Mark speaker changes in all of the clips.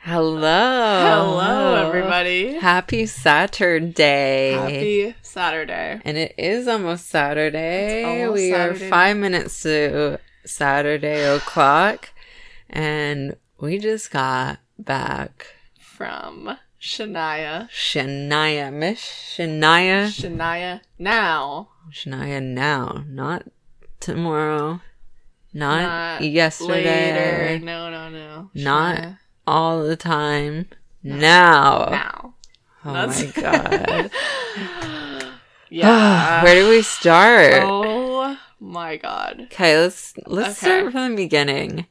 Speaker 1: Hello.
Speaker 2: Hello,
Speaker 1: Uh,
Speaker 2: everybody.
Speaker 1: Happy Saturday.
Speaker 2: Happy Saturday.
Speaker 1: And it is almost Saturday.
Speaker 2: almost
Speaker 1: we
Speaker 2: Saturday.
Speaker 1: are five minutes to Saturday o'clock. And we just got back
Speaker 2: From Shania.
Speaker 1: Shania. Miss Shania.
Speaker 2: Shania now.
Speaker 1: Shania now. Not tomorrow. Not,
Speaker 2: Not
Speaker 1: yesterday.
Speaker 2: Later. No, no, no.
Speaker 1: Not
Speaker 2: Shania
Speaker 1: all the time. Now.
Speaker 2: now.
Speaker 1: Oh
Speaker 2: That's-
Speaker 1: my god.
Speaker 2: Yeah.
Speaker 1: Where do we start?
Speaker 2: oh my god.
Speaker 1: Okay, let's let's
Speaker 2: Okay.
Speaker 1: start from the beginning.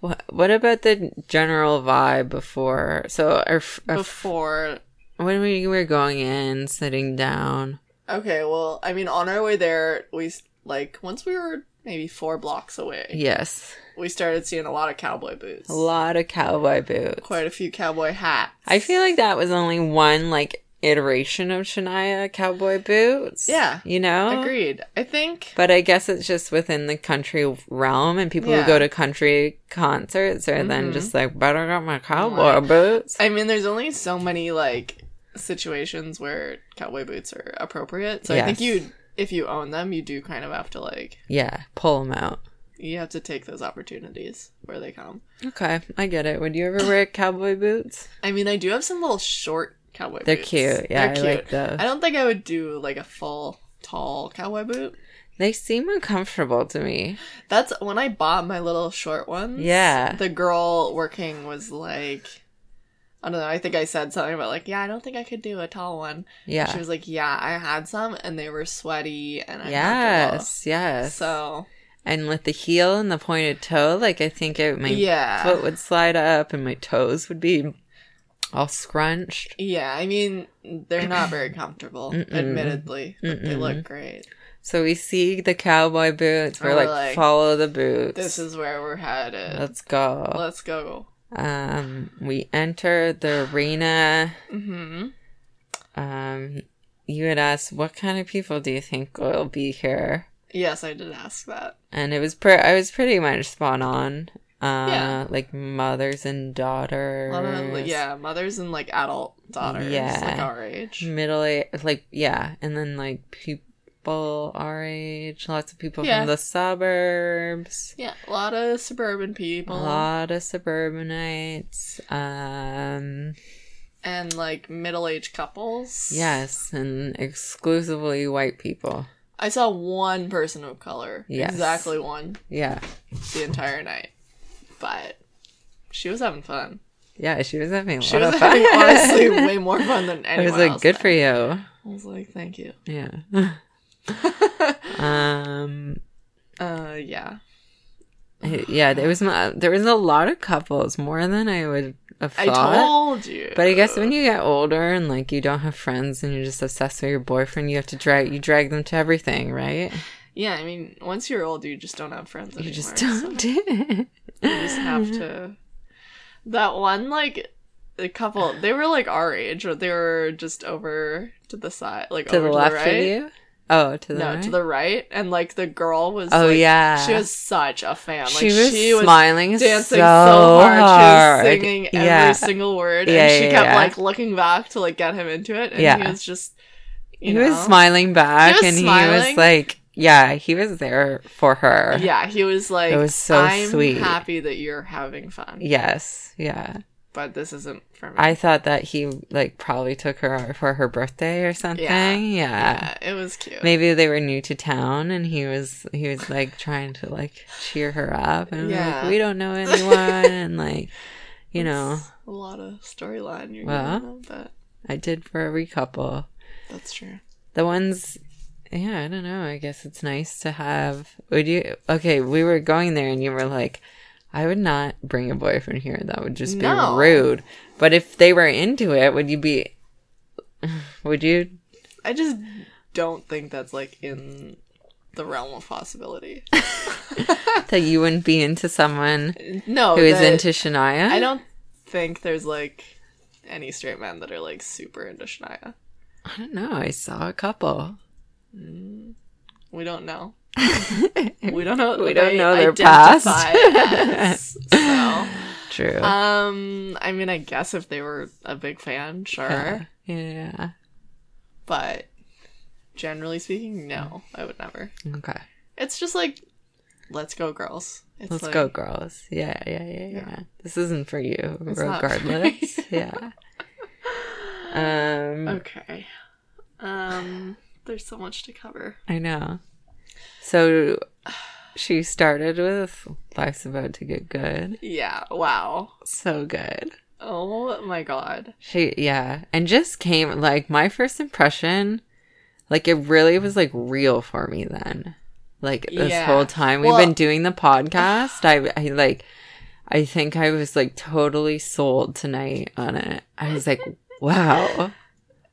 Speaker 1: What what about the general vibe before? So, our, f- our, f-
Speaker 2: Before.
Speaker 1: when we were going in, sitting down,
Speaker 2: Okay, well, I mean, on our way there, we, s- like, once we were maybe four blocks away,
Speaker 1: yes,
Speaker 2: we started seeing a lot of cowboy boots.
Speaker 1: a lot of cowboy boots.
Speaker 2: Quite a few cowboy hats.
Speaker 1: I feel like that was only one like iteration of Shania cowboy boots.
Speaker 2: Yeah.
Speaker 1: you know,
Speaker 2: Agreed. I think.
Speaker 1: But I guess it's just within the country realm, and people
Speaker 2: Yeah.
Speaker 1: who go to country concerts are then
Speaker 2: Mhm.
Speaker 1: just like, "But I got my cowboy boots."
Speaker 2: I mean, there's only so many like situations where cowboy boots are appropriate. So I think
Speaker 1: Yes.
Speaker 2: you, if you own them, you do kind of have to like
Speaker 1: yeah, pull them out.
Speaker 2: you have to take those opportunities where they come.
Speaker 1: Okay, I get it. Would you ever wear cowboy boots?
Speaker 2: I mean, I do have some little short cowboy
Speaker 1: They're
Speaker 2: boots.
Speaker 1: cute. Yeah, I like those.
Speaker 2: I don't think I would do like a full tall cowboy boot.
Speaker 1: They seem uncomfortable to me.
Speaker 2: That's when I bought my little short ones.
Speaker 1: Yeah.
Speaker 2: The girl working was like, I don't know. I think I said something about like, yeah, I don't think I could do a tall one. She
Speaker 1: Yeah.
Speaker 2: was like, "Yeah, I had some, and they were sweaty, and I had to
Speaker 1: Yes, yes.
Speaker 2: So
Speaker 1: and with the heel and the pointed toe, like I think it, my
Speaker 2: yeah,
Speaker 1: foot would slide up and my toes would be all scrunched.
Speaker 2: yeah. I mean, they're not very comfortable,
Speaker 1: Mm-mm.
Speaker 2: admittedly, but they
Speaker 1: Mm-mm.
Speaker 2: look great.
Speaker 1: So we see the cowboy boots. We're
Speaker 2: And we're
Speaker 1: like,
Speaker 2: Oh, like,
Speaker 1: follow the boots.
Speaker 2: This is where we're headed. Let's,
Speaker 1: Let's go.
Speaker 2: go.
Speaker 1: Um, we enter the arena.
Speaker 2: hmm
Speaker 1: Um, you had asked, what kind of people do you think will be here?
Speaker 2: Yes, I did ask that.
Speaker 1: and it was pre- I was pretty much spot on. Uh,
Speaker 2: Yeah.
Speaker 1: like mothers and
Speaker 2: A
Speaker 1: daughters.
Speaker 2: lot of like, yeah, mothers and like adult daughters,
Speaker 1: Yeah. Mm.
Speaker 2: like our age.
Speaker 1: Middle age, like yeah, and then like people our age, lots of people
Speaker 2: Yeah.
Speaker 1: from the suburbs,
Speaker 2: Yeah, a lot of suburban people
Speaker 1: a lot of suburbanites. Um,
Speaker 2: and like middle-aged couples.
Speaker 1: yes, and exclusively white people.
Speaker 2: I saw one person of color.
Speaker 1: Yes.
Speaker 2: exactly one.
Speaker 1: Yeah,
Speaker 2: the entire night. But she was having fun.
Speaker 1: yeah, she was having a lot
Speaker 2: She was
Speaker 1: of fun.
Speaker 2: having honestly way more fun than
Speaker 1: I was
Speaker 2: anyone.
Speaker 1: like, good for
Speaker 2: you.
Speaker 1: you.
Speaker 2: I was like, thank you.
Speaker 1: Yeah. um.
Speaker 2: Uh, yeah.
Speaker 1: I- yeah, there was mo- there was a lot of couples more than I would have
Speaker 2: I
Speaker 1: thought.
Speaker 2: told you.
Speaker 1: but I guess when you get older and like you don't have friends and you're just obsessed with your boyfriend, you have to drag you drag them to everything, right?
Speaker 2: yeah, I mean, once you're old, you just don't have friends
Speaker 1: You
Speaker 2: anymore.
Speaker 1: just
Speaker 2: so
Speaker 1: don't do it.
Speaker 2: You just have to. That one, like, the couple, they were like our age, but they were just over to the side, like
Speaker 1: to
Speaker 2: over
Speaker 1: the left
Speaker 2: to the right.
Speaker 1: of you. Oh, to the
Speaker 2: No,
Speaker 1: right?
Speaker 2: to the right, and like the girl was.
Speaker 1: Oh
Speaker 2: like,
Speaker 1: yeah,
Speaker 2: she was such a fan. Like
Speaker 1: she was
Speaker 2: was
Speaker 1: smiling
Speaker 2: dancing so, hard.
Speaker 1: hard.
Speaker 2: She was singing every
Speaker 1: yeah,
Speaker 2: single word,
Speaker 1: Yeah,
Speaker 2: and she
Speaker 1: yeah,
Speaker 2: kept
Speaker 1: yeah.
Speaker 2: like looking back to like get him into it, and he
Speaker 1: Yeah.
Speaker 2: was just, you
Speaker 1: he
Speaker 2: know,
Speaker 1: was smiling back,
Speaker 2: was
Speaker 1: and he
Speaker 2: smiling.
Speaker 1: was like, yeah, he was there for her.
Speaker 2: Yeah, he was like,
Speaker 1: It was so
Speaker 2: I'm
Speaker 1: sweet.
Speaker 2: happy that you're having fun,
Speaker 1: Yes. Yeah.
Speaker 2: but this isn't for me.
Speaker 1: I thought that he like probably took her out for her birthday or something.
Speaker 2: Yeah.
Speaker 1: Yeah.
Speaker 2: yeah, it was cute.
Speaker 1: Maybe they were new to town and he was he was like trying to like cheer her up and was
Speaker 2: Yeah.
Speaker 1: like we don't know anyone and like you know,
Speaker 2: It's a lot of storyline you're
Speaker 1: Well.
Speaker 2: giving them, but
Speaker 1: I did for every couple.
Speaker 2: that's true.
Speaker 1: The ones yeah, I don't know. I guess it's nice to have would you okay, we were going there and you were like I would not bring a boyfriend here. That would just be
Speaker 2: No.
Speaker 1: rude. But if they were into it, would you be would you
Speaker 2: I just don't think that's like in the realm of possibility.
Speaker 1: that you wouldn't be into someone
Speaker 2: No,
Speaker 1: who is
Speaker 2: Oh, that-
Speaker 1: into Shania.
Speaker 2: I don't think there's like any straight men that are like super into Shania.
Speaker 1: I don't know. I saw a couple.
Speaker 2: We don't know. we don't know.
Speaker 1: We don't
Speaker 2: what they
Speaker 1: know their
Speaker 2: identify as, so
Speaker 1: True.
Speaker 2: Um, I mean, I guess if they were a big fan, sure.
Speaker 1: yeah. yeah.
Speaker 2: But generally speaking, no, I would never.
Speaker 1: Okay.
Speaker 2: It's just like, let's go, girls. It's
Speaker 1: Let's
Speaker 2: like,
Speaker 1: go, girls. Yeah, yeah, yeah, yeah, This isn't for you,
Speaker 2: It's not for
Speaker 1: regardless. yeah. Um,
Speaker 2: Okay. Um, there's so much to cover.
Speaker 1: I know. So she started with "Life's about to get good."
Speaker 2: Yeah. Wow.
Speaker 1: So good.
Speaker 2: Oh my god.
Speaker 1: She, yeah, and just came like my first impression. Like it really was like real for me then. Like this
Speaker 2: Yeah.
Speaker 1: whole time we've
Speaker 2: Well-
Speaker 1: been doing the podcast, I, I like, I think I was like totally sold tonight on it. I was like, wow,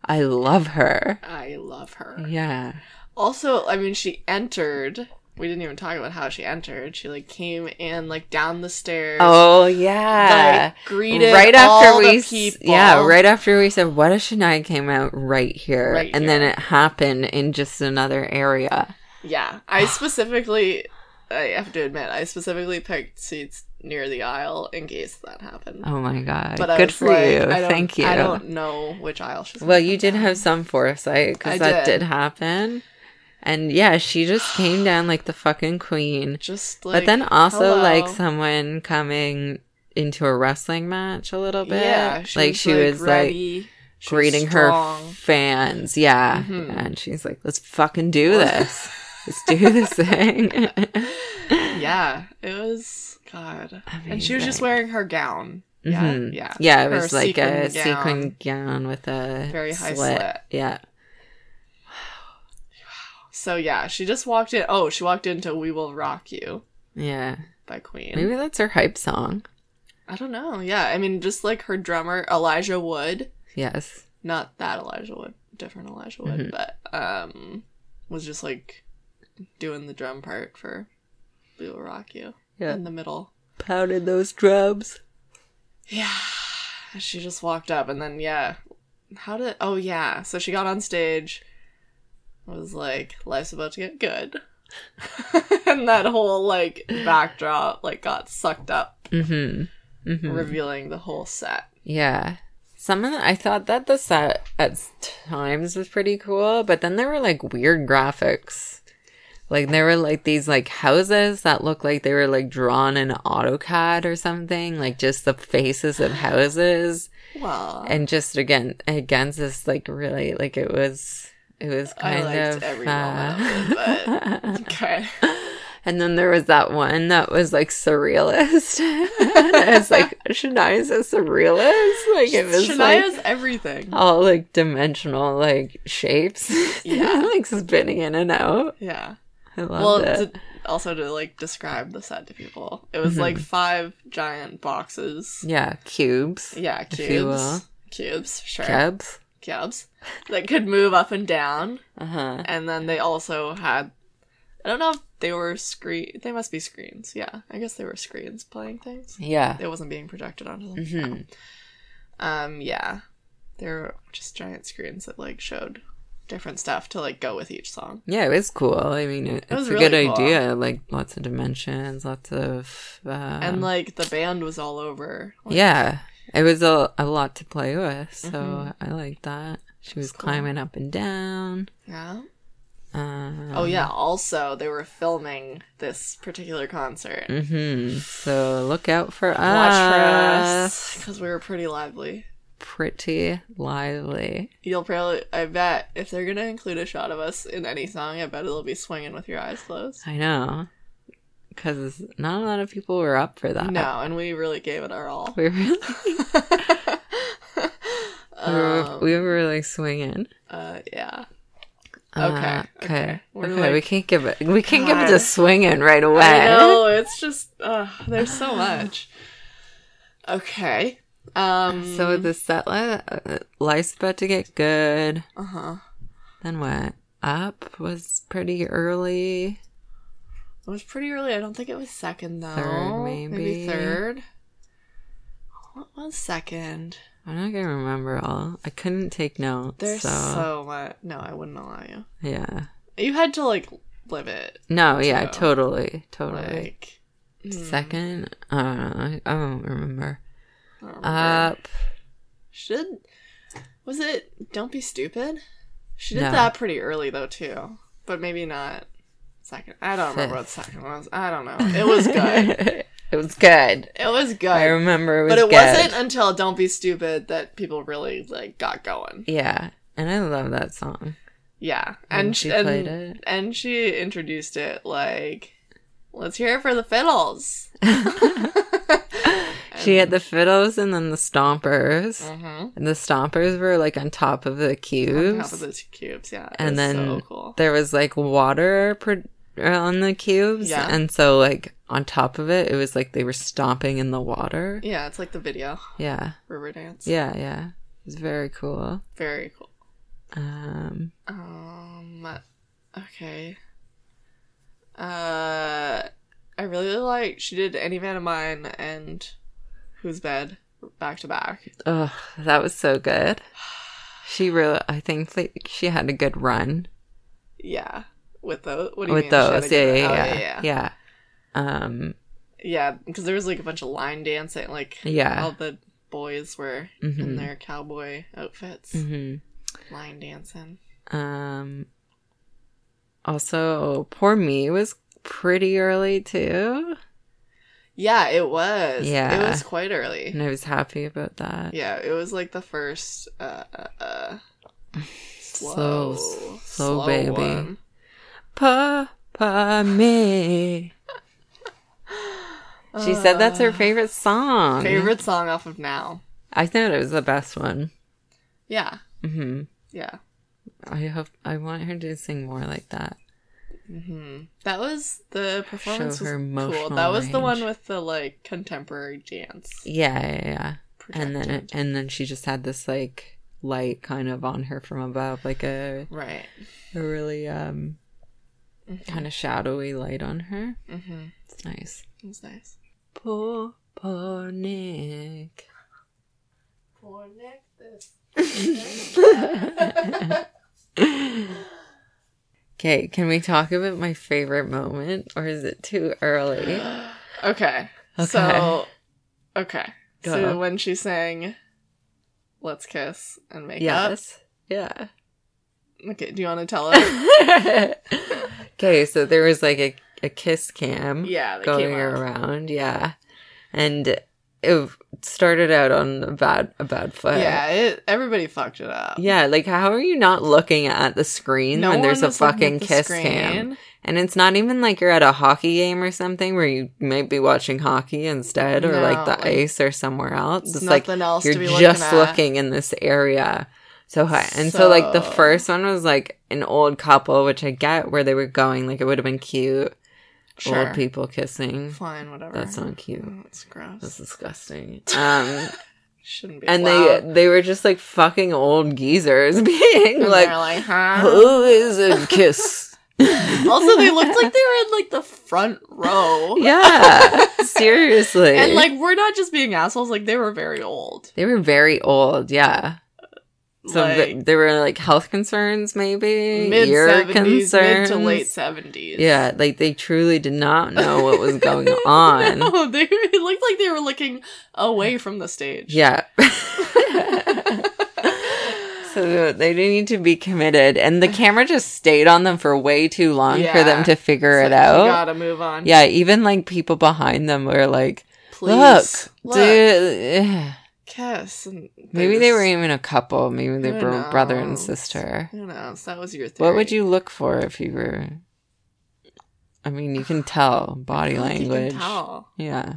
Speaker 1: I love her.
Speaker 2: I love her.
Speaker 1: Yeah,
Speaker 2: Also, I mean, she entered. We didn't even talk about how she entered. She like came in like down the stairs.
Speaker 1: Oh yeah.
Speaker 2: like, greeted
Speaker 1: right after we
Speaker 2: the
Speaker 1: s-
Speaker 2: people.
Speaker 1: yeah, right after we said what if Shania came out right here
Speaker 2: Right
Speaker 1: and then
Speaker 2: here.
Speaker 1: it happened in just another area.
Speaker 2: Yeah, I specifically, I have to admit, I specifically picked seats near the aisle in case that happened.
Speaker 1: Oh my god.
Speaker 2: I
Speaker 1: Good
Speaker 2: was
Speaker 1: for
Speaker 2: like,
Speaker 1: you.
Speaker 2: I don't-
Speaker 1: Thank you.
Speaker 2: I don't know which aisle she's.
Speaker 1: Well, you did have some foresight
Speaker 2: I
Speaker 1: cuz that
Speaker 2: did.
Speaker 1: did. happen. And yeah, she just came down like the fucking queen.
Speaker 2: just like,
Speaker 1: but then also
Speaker 2: hello.
Speaker 1: like someone coming into a wrestling match a little bit.
Speaker 2: yeah,
Speaker 1: like she was like
Speaker 2: ready. She was
Speaker 1: greeting her
Speaker 2: strong.
Speaker 1: fans. Yeah.
Speaker 2: Mhm.
Speaker 1: And she's like, let's fucking do this. let's do this thing.
Speaker 2: yeah, it was God, and she was just
Speaker 1: Amazing.
Speaker 2: wearing her gown. Yeah,
Speaker 1: Mhm.
Speaker 2: yeah,
Speaker 1: Yeah, it
Speaker 2: Her
Speaker 1: was like a
Speaker 2: sequin gown.
Speaker 1: sequin gown with a
Speaker 2: Very high slit.
Speaker 1: Yeah.
Speaker 2: So yeah, she just walked in. Oh, she walked into "We Will Rock You"
Speaker 1: Yeah.
Speaker 2: by Queen.
Speaker 1: Maybe that's her hype song.
Speaker 2: I don't know. Yeah, I mean, just like her drummer Elijah Wood,
Speaker 1: Yes.
Speaker 2: not that Elijah Wood, different Elijah
Speaker 1: Mm-hmm.
Speaker 2: Wood, but um, was just like doing the drum part for "We Will Rock You"
Speaker 1: Yeah.
Speaker 2: in the middle.
Speaker 1: Pounded those drums.
Speaker 2: Yeah, she just walked up, and then yeah, how did? Oh yeah, so she got on stage, was like, "Life's about to get good," and that whole like backdrop like got sucked up,
Speaker 1: hmm hmm
Speaker 2: revealing the whole set.
Speaker 1: Yeah. Some of the, I thought that the set at times was pretty cool, but then there were like weird graphics. Like there were like these like houses that looked like they were like drawn in AutoCAD or something, like just the faces of houses
Speaker 2: Well,
Speaker 1: and just again against this like really like it was it was
Speaker 2: I
Speaker 1: kind
Speaker 2: liked
Speaker 1: of
Speaker 2: every
Speaker 1: uh,
Speaker 2: moment of it, but okay.
Speaker 1: And then there was that one that was like surrealist. I was like, Shania's a surrealist. Like it was
Speaker 2: Shania's
Speaker 1: like Oh.
Speaker 2: everything.
Speaker 1: all like dimensional like shapes.
Speaker 2: Yeah.
Speaker 1: like spinning in and out.
Speaker 2: Yeah.
Speaker 1: I loved
Speaker 2: Well,
Speaker 1: it.
Speaker 2: to, also to like describe the set to people, it was
Speaker 1: Mm-hmm.
Speaker 2: like five giant boxes.
Speaker 1: yeah, cubes.
Speaker 2: Yeah,
Speaker 1: Mm. If you will.
Speaker 2: cubes. Cubes, sure.
Speaker 1: Cubes.
Speaker 2: Cubes that could move up and down,
Speaker 1: Uh-huh.
Speaker 2: and then they also had. I don't know if they were screen. They must be screens. Yeah, I guess they were screens playing things.
Speaker 1: Yeah.
Speaker 2: It wasn't being projected onto them.
Speaker 1: Mhm.
Speaker 2: Um, yeah, they were just giant screens that like showed different stuff to like go with each song.
Speaker 1: Yeah, it was cool. I mean, it,
Speaker 2: It was
Speaker 1: it's a
Speaker 2: really
Speaker 1: good
Speaker 2: cool.
Speaker 1: idea. Like lots of dimensions, lots of um,
Speaker 2: and like the band was all over. Like,
Speaker 1: yeah, it was a, a lot to play with. So
Speaker 2: Mhm.
Speaker 1: I like that. She was
Speaker 2: cool.
Speaker 1: climbing up and down.
Speaker 2: yeah.
Speaker 1: Um,
Speaker 2: Oh yeah. Also, they were filming this particular concert.
Speaker 1: hmm So look out for
Speaker 2: Watch
Speaker 1: us.
Speaker 2: for us because we were pretty lively.
Speaker 1: Pretty lively.
Speaker 2: You'll probably, I bet, if they're gonna include a shot of us in any song, I bet it'll be swinging with your eyes closed.
Speaker 1: I know. Because not a lot of people were up for that.
Speaker 2: No, and we really gave it our all.
Speaker 1: Uh, We were, we were,
Speaker 2: Um,
Speaker 1: we were like swinging.
Speaker 2: uh, yeah.
Speaker 1: Uh,
Speaker 2: Okay,
Speaker 1: okay.
Speaker 2: okay. We're
Speaker 1: okay.
Speaker 2: like-
Speaker 1: we can't give it. We can't give it to
Speaker 2: God.
Speaker 1: swinging right away.
Speaker 2: I know it's just uh, there's so much. Okay. Um.
Speaker 1: So the set li- uh, life's about to get good.
Speaker 2: Uh huh.
Speaker 1: Then what? Up was pretty early.
Speaker 2: It was pretty early. I don't think it was second though.
Speaker 1: Third, maybe.
Speaker 2: third. What was second?
Speaker 1: I'm not gonna remember all. I couldn't take notes.
Speaker 2: There's so,
Speaker 1: so,
Speaker 2: much. No, I wouldn't allow you.
Speaker 1: yeah.
Speaker 2: You had to like live it.
Speaker 1: No, yeah,
Speaker 2: So,
Speaker 1: totally, totally.
Speaker 2: Like hmm,
Speaker 1: second. I don't know. I don't remember.
Speaker 2: I don't remember.
Speaker 1: Up.
Speaker 2: Should was it Don't Be Stupid? She did
Speaker 1: No.
Speaker 2: that pretty early though too. But maybe not second. I don't remember what the second one was. I don't know. It was good.
Speaker 1: it was good.
Speaker 2: it was good.
Speaker 1: I remember it was
Speaker 2: but it
Speaker 1: good.
Speaker 2: wasn't until Don't Be Stupid that people really like got going.
Speaker 1: Yeah. And I love that song.
Speaker 2: Yeah.
Speaker 1: And
Speaker 2: And,
Speaker 1: she
Speaker 2: she
Speaker 1: played
Speaker 2: and,
Speaker 1: it.
Speaker 2: and she introduced it like let's hear it for the fiddles.
Speaker 1: She had the fiddles and then the stompers.
Speaker 2: hmm
Speaker 1: And the stompers were like on top of the cubes.
Speaker 2: Top of the cubes, yeah.
Speaker 1: And
Speaker 2: and then
Speaker 1: then
Speaker 2: so cool.
Speaker 1: there was like water pro- uh, on the cubes.
Speaker 2: Yeah.
Speaker 1: And so, like, on top of it, it was like they were stomping in the water.
Speaker 2: yeah, it's like the video
Speaker 1: Yeah.
Speaker 2: River Dance.
Speaker 1: Yeah. Yeah. It was very cool.
Speaker 2: Very cool.
Speaker 1: Um,
Speaker 2: Um. Okay. Uh, I really like she did any man of mine and whose bed back to back.
Speaker 1: oh, that was so good. She really, I think like, she had a good run
Speaker 2: Yeah, with those. What do you
Speaker 1: with
Speaker 2: mean? She had
Speaker 1: those.
Speaker 2: to
Speaker 1: Yeah,
Speaker 2: give
Speaker 1: yeah,
Speaker 2: it-
Speaker 1: yeah,
Speaker 2: oh,
Speaker 1: yeah,
Speaker 2: yeah,
Speaker 1: Um,
Speaker 2: Because there was like a bunch of line dancing. Like
Speaker 1: Yeah.
Speaker 2: all the boys were
Speaker 1: Mhm.
Speaker 2: in their cowboy outfits,
Speaker 1: hmm
Speaker 2: line dancing.
Speaker 1: Um, also, poor me was pretty early too,
Speaker 2: Yeah, it was.
Speaker 1: Yeah.
Speaker 2: it was quite early.
Speaker 1: and I was happy about that.
Speaker 2: Yeah, it was like the first uh, uh, uh
Speaker 1: Slow,
Speaker 2: slow,
Speaker 1: slow baby.
Speaker 2: one.
Speaker 1: Papa me. She said that's her
Speaker 2: Uh,
Speaker 1: favorite song.
Speaker 2: favorite song off of now.
Speaker 1: I thought it was the best one.
Speaker 2: Yeah,
Speaker 1: hmm
Speaker 2: yeah.
Speaker 1: I hope I want her to sing more like that.
Speaker 2: hmm That was the performance
Speaker 1: Show
Speaker 2: was
Speaker 1: her
Speaker 2: cool.
Speaker 1: emotional
Speaker 2: That was the one
Speaker 1: range.
Speaker 2: with the like contemporary dance.
Speaker 1: Yeah, yeah, yeah. And then
Speaker 2: projected.
Speaker 1: and then she just had this like light kind of on her from above, like a,
Speaker 2: right.
Speaker 1: a really um kind of shadowy light on her.
Speaker 2: Mm-hmm.
Speaker 1: It's nice.
Speaker 2: It was nice.
Speaker 1: Poor poor Nick. Okay, can we talk about my favorite moment or is it too early?
Speaker 2: Okay.
Speaker 1: Okay.
Speaker 2: So, okay.
Speaker 1: Go.
Speaker 2: So when she sang "Let's Kiss" and "Make Up,"
Speaker 1: Yes. Yeah.
Speaker 2: okay. Do you want to tell us?
Speaker 1: okay, so there was like a, a kiss cam
Speaker 2: yeah, they
Speaker 1: going
Speaker 2: came out.
Speaker 1: around, yeah. And it started out on a bad a bad foot.
Speaker 2: Yeah, it, everybody fucked it up.
Speaker 1: Yeah, like how are you not looking at the screen when there's
Speaker 2: one
Speaker 1: a
Speaker 2: was looking
Speaker 1: fucking
Speaker 2: at the
Speaker 1: kiss cam?
Speaker 2: screen.
Speaker 1: And it's not even like you're at a hockey game or something where you might be watching hockey instead or like
Speaker 2: No,
Speaker 1: the
Speaker 2: like,
Speaker 1: ice or somewhere else.
Speaker 2: There's
Speaker 1: It's like
Speaker 2: nothing else
Speaker 1: you're
Speaker 2: to be
Speaker 1: just
Speaker 2: looking, at.
Speaker 1: looking in this area. So high. And so, like, the
Speaker 2: So-
Speaker 1: first one was like an old couple, which I get where they were going. Like, it would have been cute.
Speaker 2: Sure.
Speaker 1: Old people kissing.
Speaker 2: Fine, whatever.
Speaker 1: That's not cute.
Speaker 2: Oh, That's gross.
Speaker 1: That's disgusting. Um,
Speaker 2: Shouldn't be.
Speaker 1: and
Speaker 2: allowed.
Speaker 1: they they were just like fucking old geezers being
Speaker 2: And
Speaker 1: like,
Speaker 2: they're like, huh?
Speaker 1: who is a kiss?
Speaker 2: also, they looked like they were in like the front row.
Speaker 1: yeah, seriously.
Speaker 2: And like, we're not just being assholes. Like, they were very old.
Speaker 1: They were very old, yeah. So
Speaker 2: like,
Speaker 1: th- there were like health concerns, maybe
Speaker 2: mid
Speaker 1: ear
Speaker 2: seventies, mid to late
Speaker 1: concerns.
Speaker 2: seventies.
Speaker 1: Yeah, like they truly did not know what was going on.
Speaker 2: No, they it looked like they were looking away from the stage.
Speaker 1: Yeah. so they didn't need to be committed, and the camera just stayed on them for way too long for
Speaker 2: Yeah.
Speaker 1: them to figure
Speaker 2: It's
Speaker 1: it
Speaker 2: like,
Speaker 1: out.
Speaker 2: You gotta move on.
Speaker 1: Yeah, even like people behind them were like,
Speaker 2: please.
Speaker 1: "Look, dude." eh."
Speaker 2: kiss. And
Speaker 1: Maybe they
Speaker 2: just-
Speaker 1: were even a couple. Maybe they
Speaker 2: Who
Speaker 1: were brother and
Speaker 2: knows?
Speaker 1: sister.
Speaker 2: Who knows? That was your theory.
Speaker 1: What would you look for if you were? I mean, you can tell body
Speaker 2: I think you can
Speaker 1: language.
Speaker 2: tell.
Speaker 1: Yeah,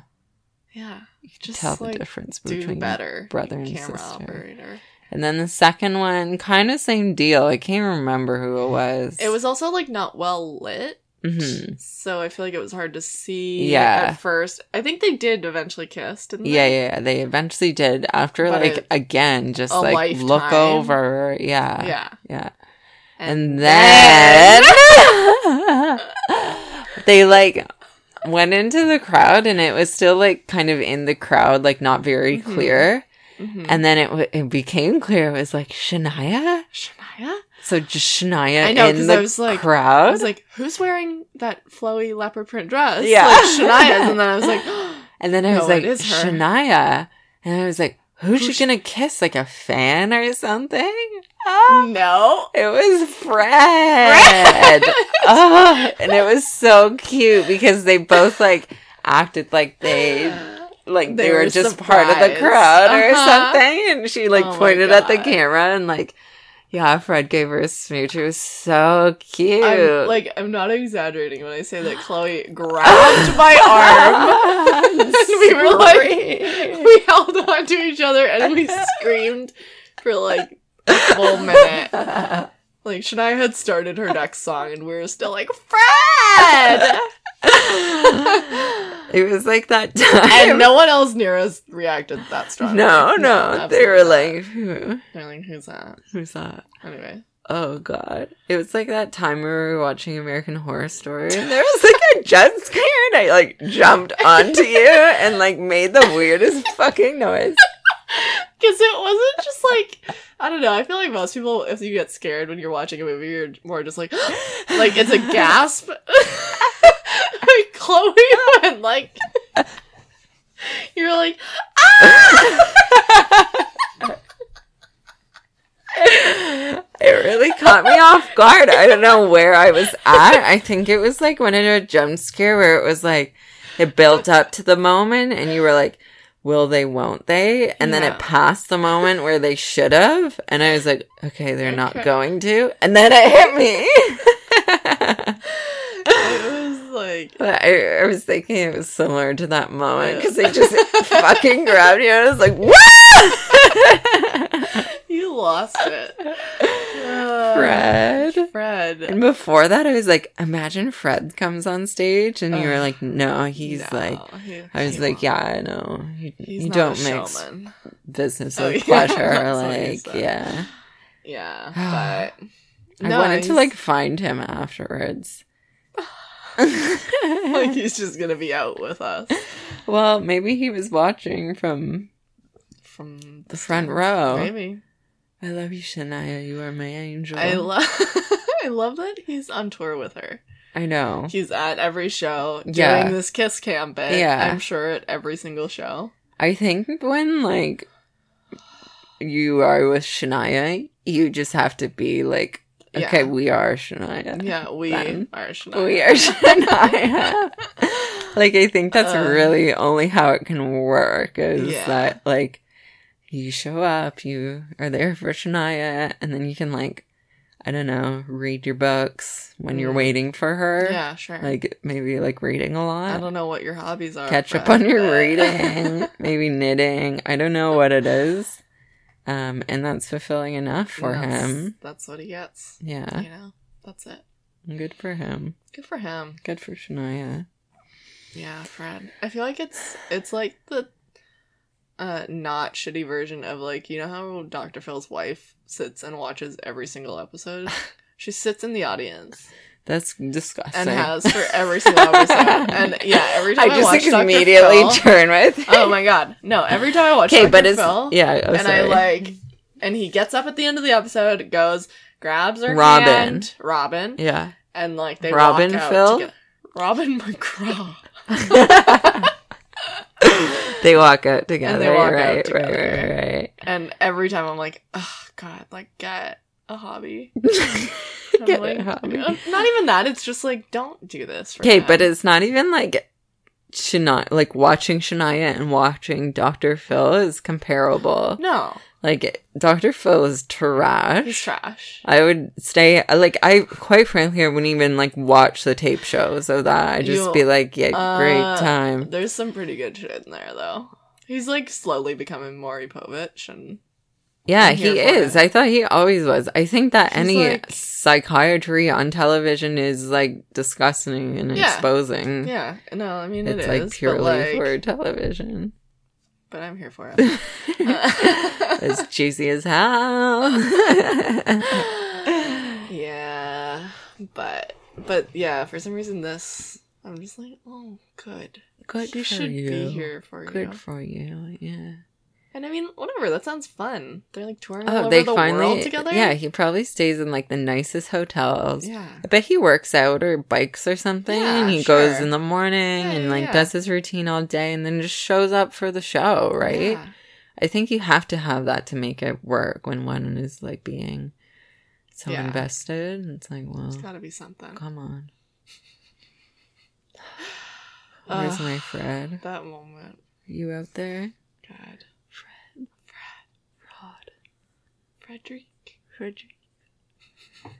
Speaker 2: Yeah, you can just
Speaker 1: tell the
Speaker 2: like,
Speaker 1: difference
Speaker 2: do
Speaker 1: between
Speaker 2: better.
Speaker 1: brother and
Speaker 2: camera
Speaker 1: sister.
Speaker 2: operator.
Speaker 1: And then the second one, kind of same deal. I can't remember who it was.
Speaker 2: It was also like not well lit,
Speaker 1: Mhm.
Speaker 2: so I feel like it was hard to see.
Speaker 1: Yeah.
Speaker 2: at first, I think they did eventually kiss, didn't
Speaker 1: Yeah,
Speaker 2: they?
Speaker 1: yeah, yeah. They eventually did after
Speaker 2: But
Speaker 1: like
Speaker 2: it-
Speaker 1: again, just
Speaker 2: a
Speaker 1: like look
Speaker 2: lifetime.
Speaker 1: over. Yeah,
Speaker 2: yeah.
Speaker 1: yeah. And then they like went into the crowd and it was still like kind of in the crowd, like not very
Speaker 2: Mhm.
Speaker 1: clear.
Speaker 2: Mhm.
Speaker 1: And then it, w- it became clear it was like Shania.
Speaker 2: Shania?
Speaker 1: So just Shania
Speaker 2: I know,
Speaker 1: in
Speaker 2: 'cause
Speaker 1: the
Speaker 2: I was like-
Speaker 1: crowd.
Speaker 2: I was like, who's wearing that flowy leopard print dress?
Speaker 1: Yeah.
Speaker 2: Like Shania's. And then I was like,
Speaker 1: and then I was
Speaker 2: no,
Speaker 1: like
Speaker 2: it is her.
Speaker 1: Shania, and I was like, who's,
Speaker 2: Who's
Speaker 1: she
Speaker 2: she-
Speaker 1: gonna kiss? Like a fan or something? Ah,
Speaker 2: no.
Speaker 1: it was Fred. oh, and it was so cute because they both like acted like they like they,
Speaker 2: They
Speaker 1: were,
Speaker 2: were
Speaker 1: just part of the
Speaker 2: surprised.
Speaker 1: crowd or
Speaker 2: Uh-huh.
Speaker 1: something and she like
Speaker 2: Oh my
Speaker 1: pointed at the
Speaker 2: God.
Speaker 1: camera and like yeah fred gave her a smooch it was so cute
Speaker 2: I'm, like, I'm not exaggerating when I say that Chloe grabbed my
Speaker 1: and
Speaker 2: arm. we were like- We held on to each other and we screamed for like a full minute. Like, Shania had started her next song and we were still like, Fred!
Speaker 1: it was like that time
Speaker 2: And no one else near us reacted that strongly.
Speaker 1: no, no, they
Speaker 2: absolutely
Speaker 1: were
Speaker 2: not.
Speaker 1: like hmm. Who,
Speaker 2: They're like, who's that?
Speaker 1: who's that
Speaker 2: Anyway.
Speaker 1: Oh god. It was like that time we were watching American Horror Story and there was like a jump scare and I like jumped onto you and like made the weirdest fucking noise.
Speaker 2: Because it wasn't just like I don't know. I feel like most people, if you get scared when you're watching a movie, you're more just like, like it's a gasp. like Chloe went like, you were like,
Speaker 1: It really caught me off guard. I don't know where I was at. I think it was like when it a jump scare where it was like it built up to the moment and you were like, Will they, won't they? And then
Speaker 2: Yeah.
Speaker 1: it passed the moment where they should have. And I was like, Okay, they're not
Speaker 2: Okay.
Speaker 1: going to. And then it hit me.
Speaker 2: it was like,
Speaker 1: But I, I was thinking it was similar to that moment because they just fucking grabbed you and I was like, "What?"
Speaker 2: you lost it, Uh,
Speaker 1: Fred.
Speaker 2: Fred.
Speaker 1: And before that, I was like, "Imagine Fred comes on stage," and you were
Speaker 2: Ugh.
Speaker 1: like, "No, he's
Speaker 2: No,
Speaker 1: like."
Speaker 2: he-
Speaker 1: I was
Speaker 2: he
Speaker 1: like,
Speaker 2: won't.
Speaker 1: "Yeah, I know. You,
Speaker 2: He's
Speaker 1: you
Speaker 2: not
Speaker 1: don't
Speaker 2: a
Speaker 1: mix
Speaker 2: showman.
Speaker 1: business
Speaker 2: Oh,
Speaker 1: with
Speaker 2: yeah,
Speaker 1: pleasure,
Speaker 2: that's what you
Speaker 1: like,
Speaker 2: said.
Speaker 1: yeah."
Speaker 2: Yeah, but
Speaker 1: I
Speaker 2: No,
Speaker 1: wanted to
Speaker 2: he's-
Speaker 1: like find him afterwards.
Speaker 2: like he's just gonna be out with us
Speaker 1: well, maybe he was watching from
Speaker 2: from
Speaker 1: the front row.
Speaker 2: Maybe.
Speaker 1: I love you, Shania. You are my angel.
Speaker 2: I love I love that he's on tour with her.
Speaker 1: I know.
Speaker 2: He's at every show doing
Speaker 1: Yeah.
Speaker 2: this kiss cam bit.
Speaker 1: Yeah.
Speaker 2: I'm sure at every single show.
Speaker 1: I think when like you are with Shania, you just have to be like,
Speaker 2: Yeah.
Speaker 1: okay, we are Shania.
Speaker 2: Yeah, we
Speaker 1: Then.
Speaker 2: are Shania.
Speaker 1: We are Shania. like I think that's
Speaker 2: Uh.
Speaker 1: really only how it can work is
Speaker 2: Yeah.
Speaker 1: that like you show up, you are there for Shania, and then you can like I don't know, read your books when you're
Speaker 2: Mm.
Speaker 1: waiting for her.
Speaker 2: Yeah, sure.
Speaker 1: Like maybe like reading a lot.
Speaker 2: I don't know what your hobbies are.
Speaker 1: catch up
Speaker 2: but- uh,
Speaker 1: on your reading, maybe knitting. I don't know what it is. Um, and that's fulfilling enough for
Speaker 2: That's-
Speaker 1: him.
Speaker 2: That's what he gets.
Speaker 1: Yeah.
Speaker 2: You know? That's it.
Speaker 1: Good for him.
Speaker 2: Good for him.
Speaker 1: Good for Shania.
Speaker 2: Yeah, Fred. I feel like it's it's like the uh not shitty version of like you know how Dr. Phil's wife sits and watches every single episode? she sits in the audience
Speaker 1: That's disgusting.
Speaker 2: and has for every single episode. And yeah, every time I,
Speaker 1: I just
Speaker 2: watch Dr.
Speaker 1: immediately
Speaker 2: Phil,
Speaker 1: turn with.
Speaker 2: oh my god, no! Every time I watch
Speaker 1: Okay,
Speaker 2: Dr.
Speaker 1: but it's
Speaker 2: Phil,
Speaker 1: yeah. Oh,
Speaker 2: and I
Speaker 1: sorry.
Speaker 2: like, and he gets up at the end of the episode, goes grabs her
Speaker 1: Robin.
Speaker 2: hand, Robin,
Speaker 1: yeah.
Speaker 2: and like they
Speaker 1: Robin
Speaker 2: walk out
Speaker 1: Phil?
Speaker 2: together. Robin McGraw.
Speaker 1: they walk out together.
Speaker 2: walk out
Speaker 1: right,
Speaker 2: together.
Speaker 1: right, right, right.
Speaker 2: And every time I'm like, oh god, like get a hobby. I'm
Speaker 1: Get
Speaker 2: like,
Speaker 1: a hobby.
Speaker 2: Not even that. It's just like don't do this. for
Speaker 1: Okay,
Speaker 2: them.
Speaker 1: but it's not even like Shania, like watching Shania and watching Dr. Phil is comparable.
Speaker 2: no,
Speaker 1: Like Dr. Phil is trash.
Speaker 2: he's trash.
Speaker 1: I would stay like I quite frankly I wouldn't even like watch the tape shows of that. I'd just
Speaker 2: You-
Speaker 1: be like, yeah,
Speaker 2: uh,
Speaker 1: great time.
Speaker 2: There's some pretty good shit in there though. He's like slowly becoming Maury Povich and
Speaker 1: Yeah,
Speaker 2: I'm here
Speaker 1: he
Speaker 2: for
Speaker 1: is.
Speaker 2: it.
Speaker 1: I thought he always was. I think that
Speaker 2: He's
Speaker 1: any
Speaker 2: like-
Speaker 1: psychiatry on television is like disgusting and
Speaker 2: Yeah.
Speaker 1: exposing.
Speaker 2: yeah, no, I mean
Speaker 1: Mm-hmm. It's
Speaker 2: it
Speaker 1: like
Speaker 2: is,
Speaker 1: purely
Speaker 2: but like,
Speaker 1: for television.
Speaker 2: but I'm here for it.
Speaker 1: It's juicy as hell.
Speaker 2: yeah, but but yeah, for some reason this I'm just like, oh, good.
Speaker 1: Good
Speaker 2: he
Speaker 1: for
Speaker 2: should
Speaker 1: you.
Speaker 2: be here for
Speaker 1: Good
Speaker 2: you.
Speaker 1: for you. Yeah.
Speaker 2: And I mean, whatever. That sounds fun. They're like touring all
Speaker 1: Oh,
Speaker 2: over
Speaker 1: they
Speaker 2: the world
Speaker 1: finally.
Speaker 2: together.
Speaker 1: Yeah, he probably stays in like the nicest hotels.
Speaker 2: yeah.
Speaker 1: I bet he works out or bikes or something.
Speaker 2: Yeah,
Speaker 1: and he
Speaker 2: sure.
Speaker 1: goes in the morning
Speaker 2: Yeah,
Speaker 1: and
Speaker 2: yeah,
Speaker 1: like
Speaker 2: yeah.
Speaker 1: does his routine all day and then just shows up for the show, right?
Speaker 2: Yeah.
Speaker 1: I think you have to have that to make it work when one is like being so
Speaker 2: Yeah.
Speaker 1: invested. It's like, well,
Speaker 2: It's got to be something.
Speaker 1: come on. Where's
Speaker 2: Ugh.
Speaker 1: my Fred?
Speaker 2: That moment.
Speaker 1: Are you out there?
Speaker 2: God.
Speaker 1: Fred.
Speaker 2: Rod. Frederick. Frederick.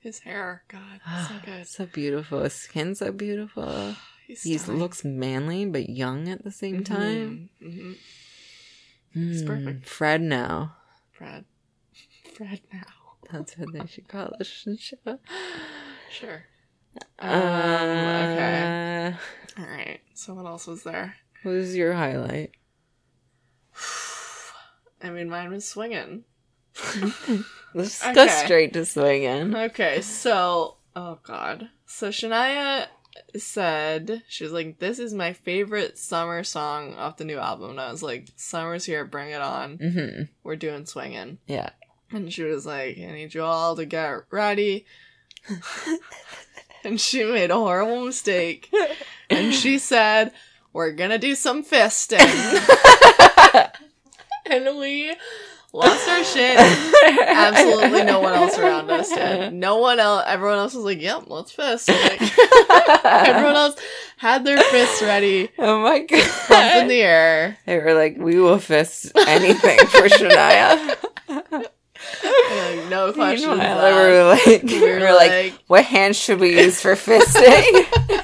Speaker 2: His hair. God. So good.
Speaker 1: So beautiful. His skin's so beautiful. He
Speaker 2: stunning.
Speaker 1: looks manly but young at the same time.
Speaker 2: Mhm, mhm.
Speaker 1: It's
Speaker 2: perfect.
Speaker 1: Fred now.
Speaker 2: Fred. Fred now.
Speaker 1: That's what they should call the show.
Speaker 2: Sure. Um, okay.
Speaker 1: Uh, okay.
Speaker 2: All right. So what else was there?
Speaker 1: What was your highlight?
Speaker 2: I mean, mine was swinging.
Speaker 1: Let's go
Speaker 2: Okay.
Speaker 1: straight to swinging.
Speaker 2: Okay, so oh god. So Shania said she was like, "This is my favorite summer song off the new album." And I was like, "Summer's here, bring it on.
Speaker 1: Mm-hmm.
Speaker 2: We're doing swinging."
Speaker 1: Yeah.
Speaker 2: And she was like, "I need you all to get ready." and she made a horrible mistake, and she said, "We're gonna do some fisting," and we lost our shit. Absolutely no one else around us did. No one else. Everyone else was like, "Yep, let's fist." Like, everyone else had their fists ready,
Speaker 1: oh my
Speaker 2: pump in
Speaker 1: god.
Speaker 2: the air.
Speaker 1: They were like, we will fist anything for Shania.
Speaker 2: And, like, no questions.
Speaker 1: Meanwhile,
Speaker 2: asked.
Speaker 1: we were like, we
Speaker 2: were
Speaker 1: were like,
Speaker 2: like-
Speaker 1: what hand should we use for fisting?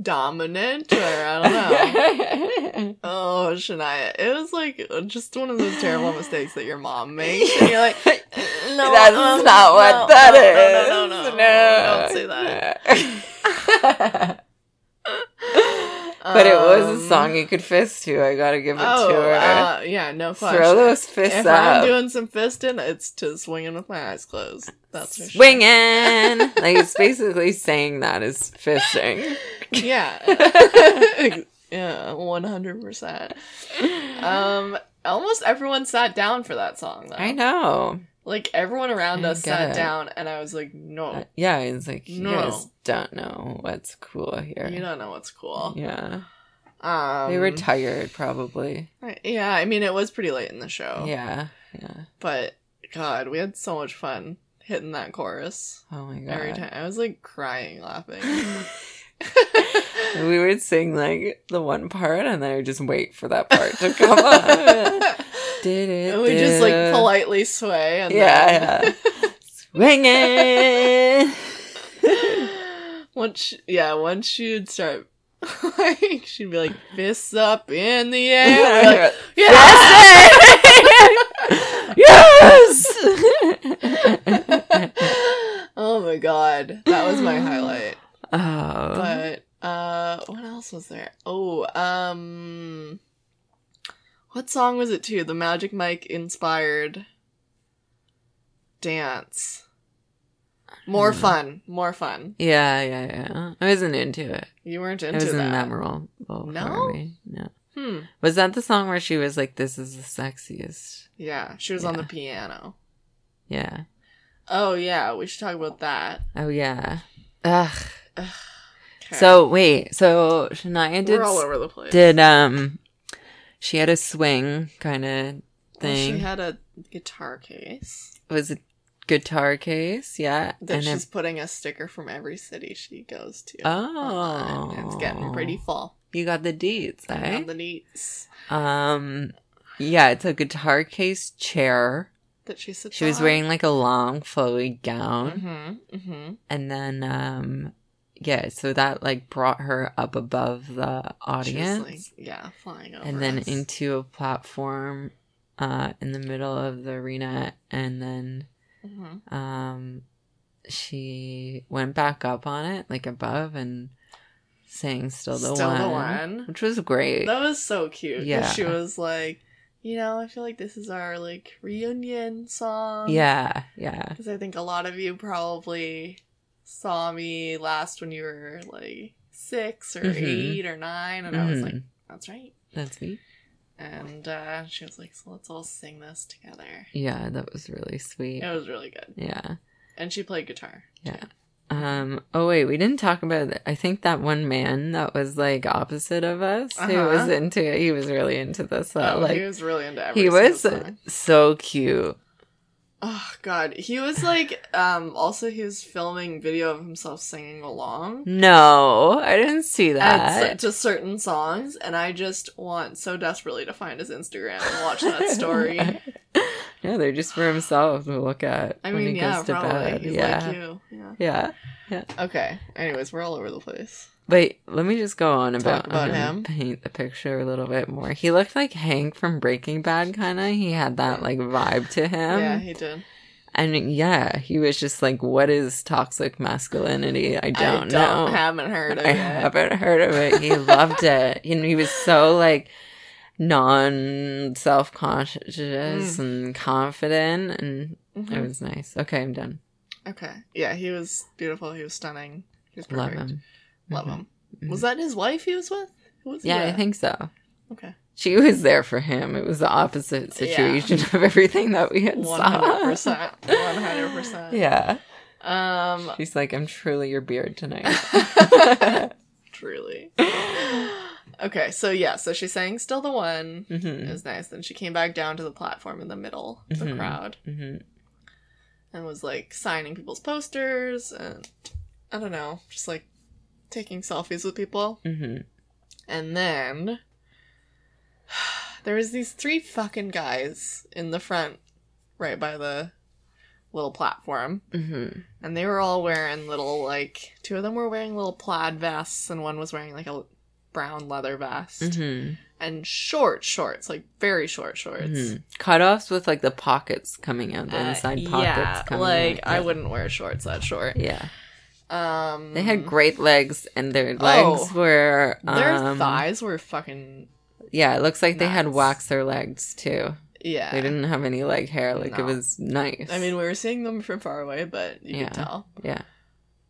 Speaker 2: Dominant, or I don't know. Oh, Shania, it was like just one of those terrible mistakes that your mom makes, and you're like, "No,
Speaker 1: That's
Speaker 2: um,
Speaker 1: not
Speaker 2: no,
Speaker 1: what that
Speaker 2: no,
Speaker 1: is.
Speaker 2: No, no, no, no, don't say that.
Speaker 1: that. but it was a
Speaker 2: Um,
Speaker 1: song you could fist to. I gotta give it to
Speaker 2: Oh,
Speaker 1: her.
Speaker 2: uh, yeah, no question.
Speaker 1: Throw those fists
Speaker 2: If
Speaker 1: up.
Speaker 2: I'm doing some fisting, it's to swinging with my eyes closed. That's for sure.
Speaker 1: Swinging. like it's basically saying that is fisting.
Speaker 2: Yeah. yeah, 100%. Um, almost everyone sat down for that song, though.
Speaker 1: I know.
Speaker 2: Like, everyone around
Speaker 1: I
Speaker 2: us
Speaker 1: get
Speaker 2: sat
Speaker 1: it.
Speaker 2: down, and I was like, no,
Speaker 1: Uh, Yeah, it's like you
Speaker 2: Oh. No.
Speaker 1: guys don't know what's cool here.
Speaker 2: you don't know what's cool.
Speaker 1: Yeah,
Speaker 2: Um,
Speaker 1: they were tired probably.
Speaker 2: yeah, I mean, it was pretty late in the show.
Speaker 1: Yeah, yeah.
Speaker 2: But, God, we had so much fun hitting that chorus
Speaker 1: Oh my god.
Speaker 2: every time. I was, like, crying laughing.
Speaker 1: we would sing like the one part, and then I would just wait for that part to come up. Did it?
Speaker 2: And we just like
Speaker 1: did.
Speaker 2: politely sway. And
Speaker 1: Yeah, swinging.
Speaker 2: yeah. once, she- yeah, once she'd start, like, she'd be like, fists up in the air. We're like, yeah.
Speaker 1: yes!
Speaker 2: oh my god, that was my highlight.
Speaker 1: oh.
Speaker 2: But uh, what else was there? Oh, um, what song was it too? The Magic Mike inspired dance. More
Speaker 1: Hmm.
Speaker 2: fun, more fun.
Speaker 1: yeah, yeah, yeah. I wasn't into it.
Speaker 2: You weren't
Speaker 1: It
Speaker 2: into
Speaker 1: wasn't
Speaker 2: that.
Speaker 1: memorable
Speaker 2: No?
Speaker 1: for me. No.
Speaker 2: Hmm.
Speaker 1: Was that the song where she was like, "This is the sexiest"?
Speaker 2: Yeah, she was on the
Speaker 1: Yeah.
Speaker 2: piano.
Speaker 1: Yeah.
Speaker 2: Oh yeah, we should talk about that.
Speaker 1: Oh yeah. Ugh.
Speaker 2: Okay.
Speaker 1: So wait. So Shania did
Speaker 2: we're all over the place.
Speaker 1: did um, she had a swing kind of
Speaker 2: Well,
Speaker 1: thing.
Speaker 2: Oh, she had a guitar case
Speaker 1: it was a guitar case. Yeah.
Speaker 2: that
Speaker 1: and it-
Speaker 2: she's putting a sticker from every city she goes to.
Speaker 1: oh,
Speaker 2: it's getting pretty full.
Speaker 1: You got the deeds,
Speaker 2: I
Speaker 1: right?
Speaker 2: On the neats
Speaker 1: Um, yeah, it's a guitar case chair.
Speaker 2: that she sits.
Speaker 1: She was
Speaker 2: on.
Speaker 1: wearing like a long flowy gown,
Speaker 2: Mm-hmm. Mm-hmm.
Speaker 1: and then um, yeah, so that like brought her up above the audience,
Speaker 2: She was like, yeah, flying over.
Speaker 1: and then
Speaker 2: us.
Speaker 1: into a platform, uh, in the middle of the arena, and then
Speaker 2: Mhm.
Speaker 1: um, she went back up on it, like above, and sang "Still the
Speaker 2: Still
Speaker 1: One,",
Speaker 2: the one.
Speaker 1: which was great.
Speaker 2: That was so cute. 'cause
Speaker 1: Yeah.
Speaker 2: She was like, you know, I feel like this is our like reunion song.
Speaker 1: yeah, yeah.
Speaker 2: Because I think a lot of you probably saw me last when you were like six or
Speaker 1: Mhm.
Speaker 2: eight or nine, and I was like,
Speaker 1: Mhm.
Speaker 2: that's right.
Speaker 1: That's me.
Speaker 2: and uh, she was like, "So let's all sing this together."
Speaker 1: Yeah, that was really sweet.
Speaker 2: It was really good,
Speaker 1: Yeah.
Speaker 2: and she played guitar.
Speaker 1: Yeah. Um, oh wait, we didn't talk about I think that one man that was like opposite of us who
Speaker 2: Uh-huh.
Speaker 1: was into it. He was really into this. uh,
Speaker 2: Oh,
Speaker 1: like
Speaker 2: he was really into every
Speaker 1: he
Speaker 2: single
Speaker 1: was
Speaker 2: song.
Speaker 1: so cute.
Speaker 2: Oh god, he was like um also he was filming video of himself singing along
Speaker 1: No, I didn't see that.
Speaker 2: at, to certain songs and I just want so desperately to find his Instagram and watch that story.
Speaker 1: no, they're just for himself to look at.
Speaker 2: I
Speaker 1: when
Speaker 2: mean,
Speaker 1: he
Speaker 2: yeah,
Speaker 1: goes to
Speaker 2: probably.
Speaker 1: bed.
Speaker 2: He's
Speaker 1: yeah.
Speaker 2: like you. Yeah.
Speaker 1: Yeah.
Speaker 2: Okay. Anyways, we're all over the place.
Speaker 1: But let me just go on about, um,
Speaker 2: about him.
Speaker 1: Paint the picture a little bit more. He looked like Hank from Breaking Bad, kind of. He had that like vibe to him.
Speaker 2: yeah, he did.
Speaker 1: And yeah, he was just like, "What is toxic masculinity? I don't,
Speaker 2: I
Speaker 1: know.
Speaker 2: haven't heard of
Speaker 1: I
Speaker 2: it.
Speaker 1: haven't heard of it." He loved it, and he was so like non self conscious
Speaker 2: Mm.
Speaker 1: and confident, and it
Speaker 2: Mhm.
Speaker 1: was nice. Okay, I'm done.
Speaker 2: Okay. Yeah, he was beautiful. He was stunning. He was
Speaker 1: Love
Speaker 2: perfect.
Speaker 1: him.
Speaker 2: Love
Speaker 1: Mhm.
Speaker 2: him. Was that his wife he was with? Who was he
Speaker 1: Yeah, I
Speaker 2: with?
Speaker 1: think so.
Speaker 2: Okay.
Speaker 1: She was there for him. It was the opposite
Speaker 2: Yeah.
Speaker 1: situation of everything that we had
Speaker 2: One
Speaker 1: saw.
Speaker 2: hundred percent. One hundred percent.
Speaker 1: Yeah,
Speaker 2: Um.
Speaker 1: she's like, "I'm truly your beard tonight."
Speaker 2: Truly. Okay, so yeah, so she sang "Still the One." It
Speaker 1: hmm
Speaker 2: was nice. Then she came back down to the platform in the middle of the
Speaker 1: Mhm.
Speaker 2: crowd
Speaker 1: hmm
Speaker 2: and was like signing people's posters and I don't know, just like taking selfies with people.
Speaker 1: hmm
Speaker 2: And then there was these three fucking guys in the front, right by the little platform.
Speaker 1: hmm
Speaker 2: And they were all wearing little, like, two of them were wearing little plaid vests, and one was wearing, like, a brown leather vest.
Speaker 1: hmm
Speaker 2: And short shorts, like, very short shorts.
Speaker 1: Mhm. Cutoffs with like the pockets coming out, the
Speaker 2: Uh,
Speaker 1: inside pockets
Speaker 2: yeah,
Speaker 1: coming
Speaker 2: like,
Speaker 1: out.
Speaker 2: I wouldn't wear shorts that short.
Speaker 1: Yeah.
Speaker 2: Um,
Speaker 1: They had great legs, and their legs were. Um,
Speaker 2: Oh. their thighs were fucking.
Speaker 1: Yeah, it looks like they had
Speaker 2: nuts.
Speaker 1: waxed their legs too.
Speaker 2: Yeah.
Speaker 1: They didn't have any leg hair. Like it
Speaker 2: No.
Speaker 1: was nice.
Speaker 2: I mean, we were seeing them from far away, but you
Speaker 1: Yeah.
Speaker 2: could tell.
Speaker 1: yeah.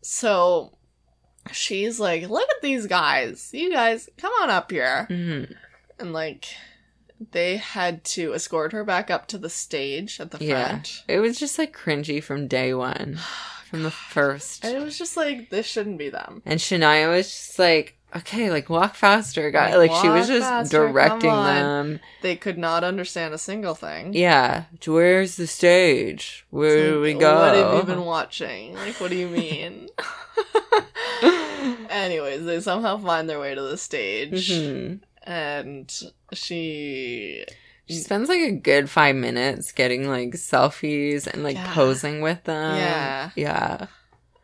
Speaker 2: So she's like, look at these guys. You guys, come on up here.
Speaker 1: hmm
Speaker 2: And like, they had to escort her back up to the stage at the
Speaker 1: Yeah.
Speaker 2: front.
Speaker 1: It was just like cringy from day one, from the first.
Speaker 2: And it was just like, this shouldn't be them.
Speaker 1: And Shania was just like, okay, like walk faster, guy. Like,
Speaker 2: Like,
Speaker 1: she was
Speaker 2: walk
Speaker 1: just
Speaker 2: faster, come
Speaker 1: directing
Speaker 2: on.
Speaker 1: them.
Speaker 2: They could not understand a single thing.
Speaker 1: Yeah. Where's the stage? Where
Speaker 2: It's
Speaker 1: do we
Speaker 2: like,
Speaker 1: go?
Speaker 2: What have you been watching? Like, what do you mean? Anyways, they somehow find their way to the stage.
Speaker 1: Mhm.
Speaker 2: And she
Speaker 1: She spends like a good five minutes getting like selfies and like
Speaker 2: Yeah.
Speaker 1: posing with them.
Speaker 2: Yeah.
Speaker 1: Yeah.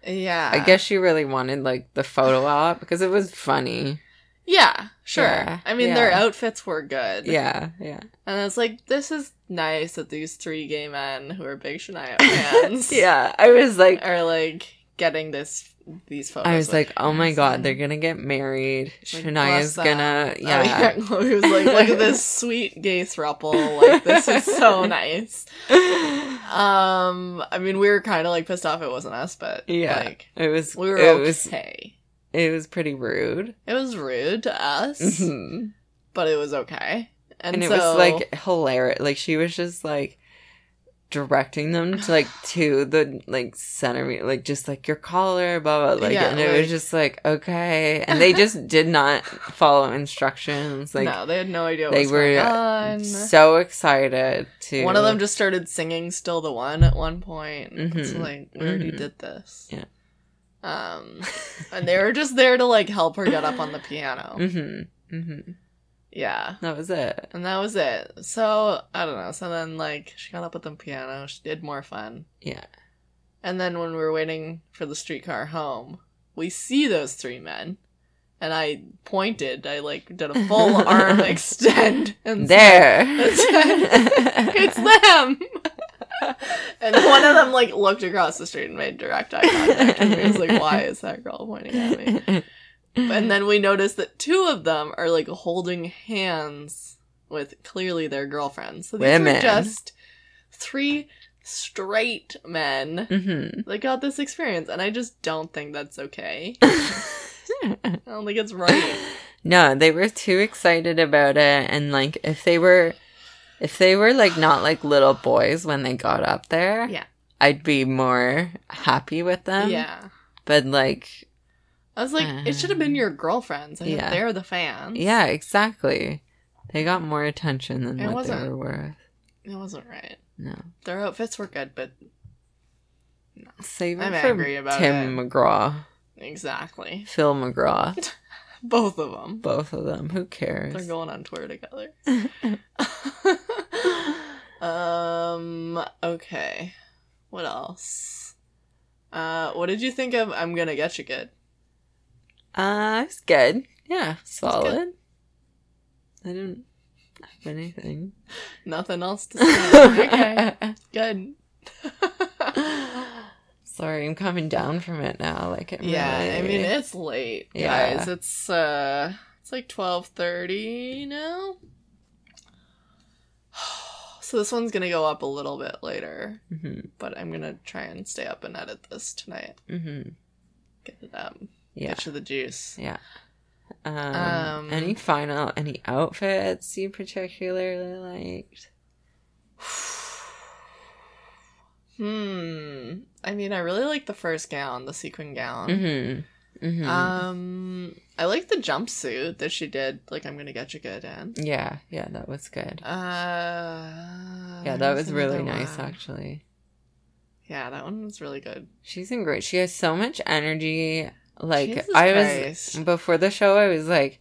Speaker 2: Yeah.
Speaker 1: I guess she really wanted like the photo op because it was funny.
Speaker 2: Yeah, sure.
Speaker 1: Yeah,
Speaker 2: I mean, their
Speaker 1: yeah.
Speaker 2: outfits were good.
Speaker 1: Yeah. Yeah.
Speaker 2: And it's like, this is nice that these three gay men who are big Shania fans
Speaker 1: Yeah. I was like,
Speaker 2: are like getting this these photos.
Speaker 1: I was
Speaker 2: with
Speaker 1: like,
Speaker 2: her.
Speaker 1: oh my
Speaker 2: It's
Speaker 1: god,
Speaker 2: like,
Speaker 1: they're gonna get married.
Speaker 2: Like,
Speaker 1: Shania's
Speaker 2: bless
Speaker 1: gonna,
Speaker 2: oh,
Speaker 1: yeah.
Speaker 2: yeah. Chloe was like, look at this sweet gay throuple. Like, this is so nice. Um, I mean, we were kind of like pissed off it wasn't us, but
Speaker 1: Yeah.
Speaker 2: like,
Speaker 1: It was.
Speaker 2: we were
Speaker 1: it was.
Speaker 2: okay.
Speaker 1: It was pretty rude.
Speaker 2: It was rude to us,
Speaker 1: Mhm.
Speaker 2: but it was okay. And,
Speaker 1: and it
Speaker 2: so,
Speaker 1: was like hilarious. Like she was just like directing them to like to the like center, like just like your collar, blah blah. Like,
Speaker 2: Yeah,
Speaker 1: and it
Speaker 2: like-
Speaker 1: was just like okay, and they just did not follow instructions. Like
Speaker 2: no, they had no idea what
Speaker 1: they
Speaker 2: was going
Speaker 1: were
Speaker 2: on.
Speaker 1: so excited to
Speaker 2: One of them just started singing "Still the One" at one point. It's
Speaker 1: Mhm.
Speaker 2: like we already
Speaker 1: Mhm.
Speaker 2: did this.
Speaker 1: Yeah.
Speaker 2: Um, and they were just there to like help her get up on the piano.
Speaker 1: Mm-hmm. Mm-hmm.
Speaker 2: Yeah.
Speaker 1: That was it.
Speaker 2: And that was it. So I don't know. So then like she got up at the piano. She did more fun.
Speaker 1: Yeah.
Speaker 2: And then when we were waiting for the streetcar home, we see those three men. And I pointed, I like did a full arm extend and
Speaker 1: There.
Speaker 2: it's them. and one of them like looked across the street and made direct eye contact. with me. I was like, "Why is that girl pointing at me?" And then we noticed that two of them are like holding hands with clearly their girlfriends. So these
Speaker 1: Women.
Speaker 2: are just three straight men
Speaker 1: Mm-hmm.
Speaker 2: that got this experience, and I just don't think that's okay. I don't think it's right.
Speaker 1: No, they were too excited about it and like if they were if they were like not like little boys when they got up there,
Speaker 2: Yeah.
Speaker 1: I'd be more happy with them.
Speaker 2: yeah.
Speaker 1: But like
Speaker 2: I was like, it should have been your girlfriends. I mean,
Speaker 1: um, yeah.
Speaker 2: they're the fans.
Speaker 1: yeah, exactly. They got more attention than
Speaker 2: It
Speaker 1: what they
Speaker 2: wasn't-
Speaker 1: were worth.
Speaker 2: It wasn't right.
Speaker 1: No.
Speaker 2: Their outfits were good, but
Speaker 1: Save it
Speaker 2: I'm
Speaker 1: for
Speaker 2: angry about
Speaker 1: Tim McGraw,
Speaker 2: exactly.
Speaker 1: Phil McGraw,
Speaker 2: Both of them.
Speaker 1: both of them. Who
Speaker 2: They're
Speaker 1: cares?
Speaker 2: going on tour together. um, okay. What else? Uh, what did you think of I'm Gonna Get You Good?
Speaker 1: Uh, it's good. Yeah, solid. I didn't have anything.
Speaker 2: Nothing else to say. okay, good.
Speaker 1: Sorry, I'm coming down from it now. Like it
Speaker 2: yeah, I
Speaker 1: really-
Speaker 2: mean, it's late,
Speaker 1: Yeah.
Speaker 2: guys. It's, uh, it's like 12.30 now. So this one's gonna go up a little bit later,
Speaker 1: Mhm,
Speaker 2: but I'm gonna try and stay up and edit this tonight.
Speaker 1: mhm.
Speaker 2: Get it up.
Speaker 1: Yeah,
Speaker 2: Get you the juice.
Speaker 1: yeah. Um,
Speaker 2: Um,
Speaker 1: any final any outfits you particularly liked?
Speaker 2: Hmm. I mean, I really like the first gown, the sequin gown.
Speaker 1: Mm-hmm. Mm-hmm.
Speaker 2: Um, I like the jumpsuit that she did. Like, I'm gonna get you good in.
Speaker 1: yeah, yeah, that was good.
Speaker 2: Uh,
Speaker 1: Yeah, that was
Speaker 2: there's another
Speaker 1: really nice,
Speaker 2: one.
Speaker 1: actually.
Speaker 2: Yeah, that one was really good.
Speaker 1: She's in great. She has so much energy. Like
Speaker 2: Jesus
Speaker 1: I was mm,
Speaker 2: Christ.
Speaker 1: before the show, I was like,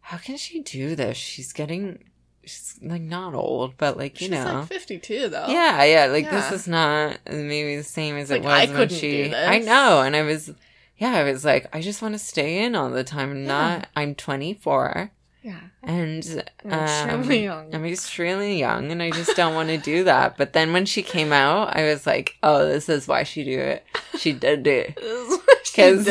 Speaker 1: "How can she do this? She's getting, she's like not old, but like you
Speaker 2: She's
Speaker 1: know,
Speaker 2: like 52 though.
Speaker 1: yeah, yeah. Like
Speaker 2: Oh. Yeah.
Speaker 1: this is not maybe the same as it
Speaker 2: Like,
Speaker 1: was
Speaker 2: I
Speaker 1: when
Speaker 2: couldn't
Speaker 1: she.
Speaker 2: do this.
Speaker 1: I know, and I was, yeah, I was like, I just want to stay in all the time. I'm
Speaker 2: Yeah.
Speaker 1: Not, I'm 24,
Speaker 2: yeah.
Speaker 1: and
Speaker 2: I'm
Speaker 1: um,
Speaker 2: extremely young.
Speaker 1: I'm extremely young and I just don't want to do that. But then when she came out, I was like, oh, this is why she do it. She did it. Because
Speaker 2: Because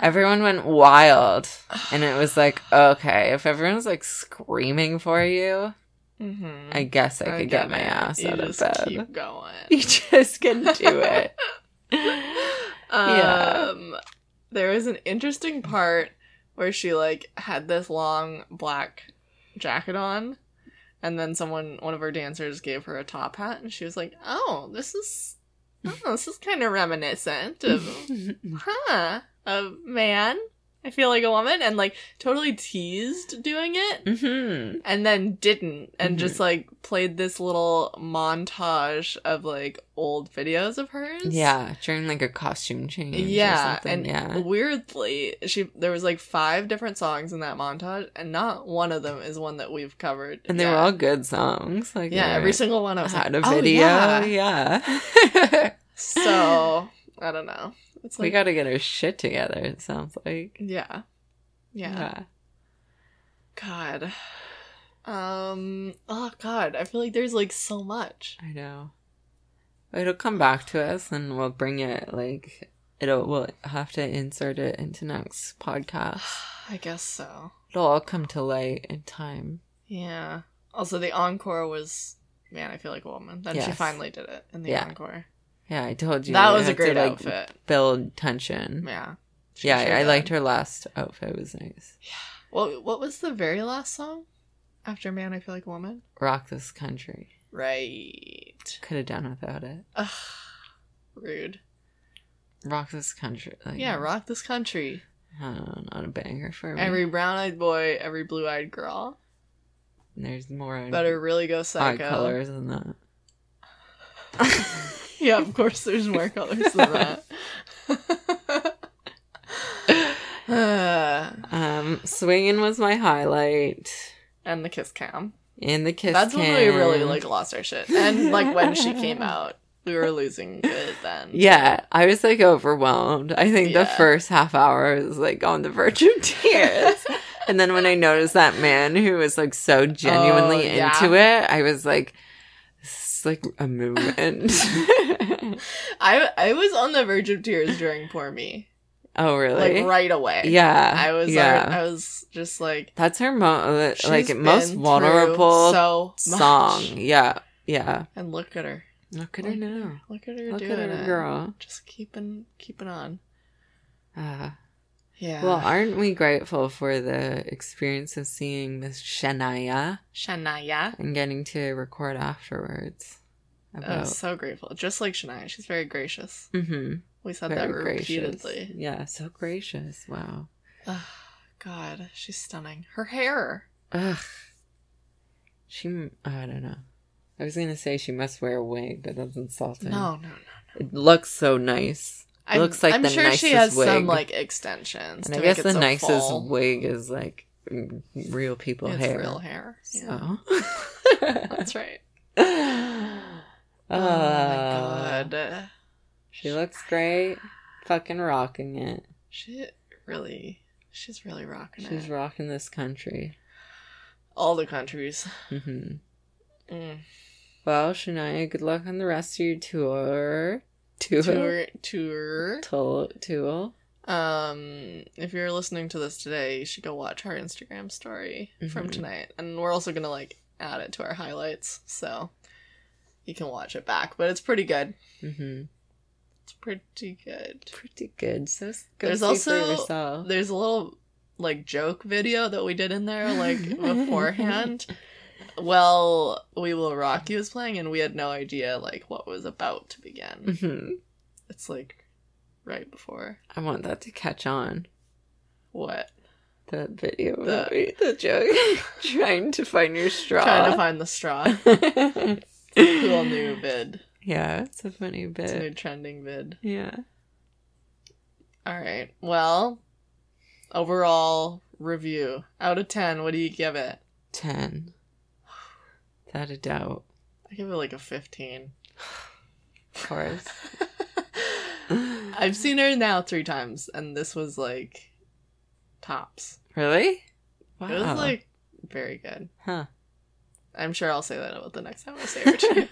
Speaker 1: everyone went wild. And it was like, okay, if everyone's like screaming for you,
Speaker 2: mm-hmm.
Speaker 1: I guess I could get, my ass
Speaker 2: you
Speaker 1: out of
Speaker 2: just
Speaker 1: bed.
Speaker 2: Keep going.
Speaker 1: You just can do it. Yeah.
Speaker 2: Um, there was an interesting part where she like had this long black jacket on, and then someone, one of her dancers, gave her a top hat, and she was like, "Oh, this is, oh, this is kind of reminiscent of,
Speaker 1: Mm-hmm.
Speaker 2: huh, a man. I feel like a woman," and like totally teased doing it,
Speaker 1: hmm
Speaker 2: and then didn't and
Speaker 1: Mhm.
Speaker 2: just like played this little montage of like old videos of hers
Speaker 1: Yeah, during like a costume change. or
Speaker 2: yeah
Speaker 1: something.
Speaker 2: and
Speaker 1: yeah.
Speaker 2: weirdly she there was like five different songs in that montage and not one of them is one that we've covered
Speaker 1: And they
Speaker 2: yet.
Speaker 1: were all good songs. Like
Speaker 2: yeah
Speaker 1: they
Speaker 2: every
Speaker 1: were-
Speaker 2: single one i was
Speaker 1: had
Speaker 2: like
Speaker 1: a
Speaker 2: oh,
Speaker 1: video.
Speaker 2: yeah.
Speaker 1: yeah.
Speaker 2: so i don't know it's like
Speaker 1: we got to get our shit together, it sounds like.
Speaker 2: yeah yeah god um oh god i feel like there's like so much
Speaker 1: I know. It'll come back to us and we'll bring it, like, it'll, we'll have to insert it into next podcast.
Speaker 2: i guess so
Speaker 1: It'll all come to light in time.
Speaker 2: Yeah. Also, the encore was man. I feel like a woman. Then she
Speaker 1: Yes.
Speaker 2: finally did it in the
Speaker 1: Yeah.
Speaker 2: encore.
Speaker 1: Yeah, I told you.
Speaker 2: that
Speaker 1: we
Speaker 2: was a
Speaker 1: had to,
Speaker 2: great
Speaker 1: like,
Speaker 2: outfit.
Speaker 1: Build tension.
Speaker 2: Yeah. She
Speaker 1: yeah,
Speaker 2: sure
Speaker 1: I
Speaker 2: did.
Speaker 1: liked her last outfit. It was nice.
Speaker 2: What What was the very last song after "Man"? I feel like a woman.
Speaker 1: Rock this country.
Speaker 2: Right.
Speaker 1: Could have done without it.
Speaker 2: Ugh. Rude.
Speaker 1: Rock this country. Like,
Speaker 2: Yeah, rock this country.
Speaker 1: I don't know, not a banger for me.
Speaker 2: Every brown-eyed boy, every blue-eyed girl
Speaker 1: There's more.
Speaker 2: better really go
Speaker 1: eye
Speaker 2: psycho.
Speaker 1: colors than that.
Speaker 2: Yeah, of course. There's more colors than that. Uh,
Speaker 1: um, swinging was my highlight,
Speaker 2: and the kiss cam.
Speaker 1: and the kiss.
Speaker 2: That's when we
Speaker 1: cam.
Speaker 2: really like lost our shit. And like when she came out, we were losing it then.
Speaker 1: Yeah, I was like overwhelmed. I think the
Speaker 2: Yeah.
Speaker 1: first half hour was like on the verge of tears. and then when I noticed that man who was like so genuinely
Speaker 2: Oh, yeah.
Speaker 1: into it, I was like, this is like a movement.
Speaker 2: I I was on the verge of tears during Poor Me.
Speaker 1: oh, really?
Speaker 2: Like right away.
Speaker 1: Yeah.
Speaker 2: I was
Speaker 1: Yeah.
Speaker 2: I was just like
Speaker 1: That's her mo-
Speaker 2: she's
Speaker 1: like most
Speaker 2: been
Speaker 1: vulnerable
Speaker 2: through so much.
Speaker 1: song. Yeah. Yeah.
Speaker 2: And look at her.
Speaker 1: Look at her now.
Speaker 2: Look at her
Speaker 1: Look
Speaker 2: doing
Speaker 1: at her
Speaker 2: it.
Speaker 1: girl.
Speaker 2: Just keeping keeping on.
Speaker 1: Ah,
Speaker 2: Yeah.
Speaker 1: Well, aren't we grateful for the experience of seeing Miss Shania
Speaker 2: Shania.
Speaker 1: and getting to record afterwards?
Speaker 2: Oh,
Speaker 1: About
Speaker 2: so grateful. Just like Shania, she's very gracious.
Speaker 1: hmm
Speaker 2: We said
Speaker 1: very
Speaker 2: that
Speaker 1: gracious.
Speaker 2: repeatedly.
Speaker 1: Yeah, so gracious. Wow.
Speaker 2: Ugh, God, she's stunning. Her hair.
Speaker 1: Ugh. She. m- I don't know. I was gonna say she must wear a wig, but that's insulting.
Speaker 2: No, no, no.
Speaker 1: It looks so nice.
Speaker 2: I'm,
Speaker 1: Looks like
Speaker 2: I'm
Speaker 1: the
Speaker 2: sure
Speaker 1: nicest
Speaker 2: she has
Speaker 1: wig.
Speaker 2: some like extensions.
Speaker 1: And
Speaker 2: to
Speaker 1: I
Speaker 2: make
Speaker 1: guess
Speaker 2: it
Speaker 1: the
Speaker 2: so
Speaker 1: nicest
Speaker 2: full.
Speaker 1: wig is like mm, real people
Speaker 2: It's
Speaker 1: hair.
Speaker 2: real hair. Yeah.
Speaker 1: So.
Speaker 2: That's right.
Speaker 1: oh
Speaker 2: oh
Speaker 1: Uh,
Speaker 2: my god.
Speaker 1: She looks great. Fucking rocking it.
Speaker 2: She really she's really rocking
Speaker 1: She's
Speaker 2: it.
Speaker 1: rocking this country.
Speaker 2: All the countries.
Speaker 1: hmm
Speaker 2: Mm.
Speaker 1: Well, Shania, good luck on the rest of your tour. Tour.
Speaker 2: Tour tour.
Speaker 1: Tool. Tool.
Speaker 2: Um if you're listening to this today, you should go watch our Instagram story from
Speaker 1: Mhm.
Speaker 2: tonight. And we're also gonna like add it to our highlights, so you can watch it back. But it's pretty good.
Speaker 1: hmm
Speaker 2: It's pretty good.
Speaker 1: Pretty good. So s- go
Speaker 2: There's
Speaker 1: see for
Speaker 2: also-
Speaker 1: yourself.
Speaker 2: There's a little like joke video that we did in there like beforehand. Well, We Will Rock You was playing and we had no idea like what was about to begin.
Speaker 1: hmm
Speaker 2: It's like right before
Speaker 1: I want that to catch on.
Speaker 2: what?
Speaker 1: The video.
Speaker 2: The-
Speaker 1: that we- the joke. Trying to find your straw.
Speaker 2: Trying to find the straw. cool new vid.
Speaker 1: Yeah, it's a funny bit.
Speaker 2: It's a new trending vid.
Speaker 1: yeah.
Speaker 2: Alright. Well overall review. Out of ten, what do you give it?
Speaker 1: 10. Without a doubt.
Speaker 2: I give it like a fifteen.
Speaker 1: Of course.
Speaker 2: I've seen her now three times, and this was like tops.
Speaker 1: Really? Wow.
Speaker 2: It was like very good.
Speaker 1: huh.
Speaker 2: I'm sure I'll say that about the next time I say her too.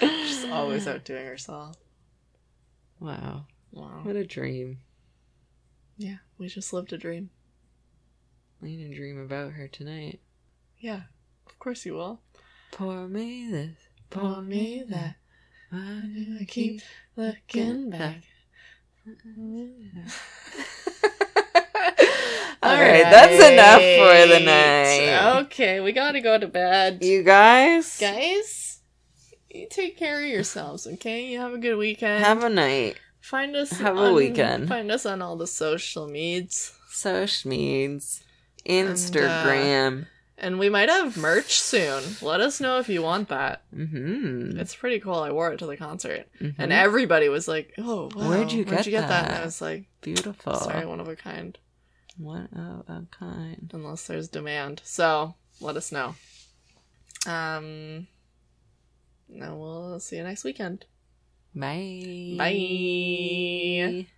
Speaker 2: She's always outdoing herself.
Speaker 1: Wow.
Speaker 2: Wow.
Speaker 1: What a dream.
Speaker 2: Yeah, we just lived a dream.
Speaker 1: I need to dream about her tonight.
Speaker 2: Yeah, of course you will.
Speaker 1: Pour me this.
Speaker 2: Pour me that.
Speaker 1: Why do I
Speaker 2: I keep
Speaker 1: keep
Speaker 2: looking back.
Speaker 1: All right, that's enough for the night.
Speaker 2: night. Okay, we gotta go to bed.
Speaker 1: You guys,
Speaker 2: guys you take care of yourselves okay you have a good weekend
Speaker 1: have a night.
Speaker 2: find us
Speaker 1: have a
Speaker 2: on-
Speaker 1: weekend.
Speaker 2: find us on all the social meds
Speaker 1: So means
Speaker 2: uh,
Speaker 1: Instagram.
Speaker 2: and we might have merch soon let us know if you want that
Speaker 1: mm-hmm.
Speaker 2: it's pretty cool i wore it to the concert and
Speaker 1: Mhm.
Speaker 2: everybody was like oh wow,
Speaker 1: Where'd you get
Speaker 2: and
Speaker 1: that?
Speaker 2: i was like
Speaker 1: beautiful.
Speaker 2: sorry one of a kind
Speaker 1: One of a kind.
Speaker 2: unless there's demand so let us know um now we'll see you next weekend
Speaker 1: Bye.
Speaker 2: bye
Speaker 1: Bye.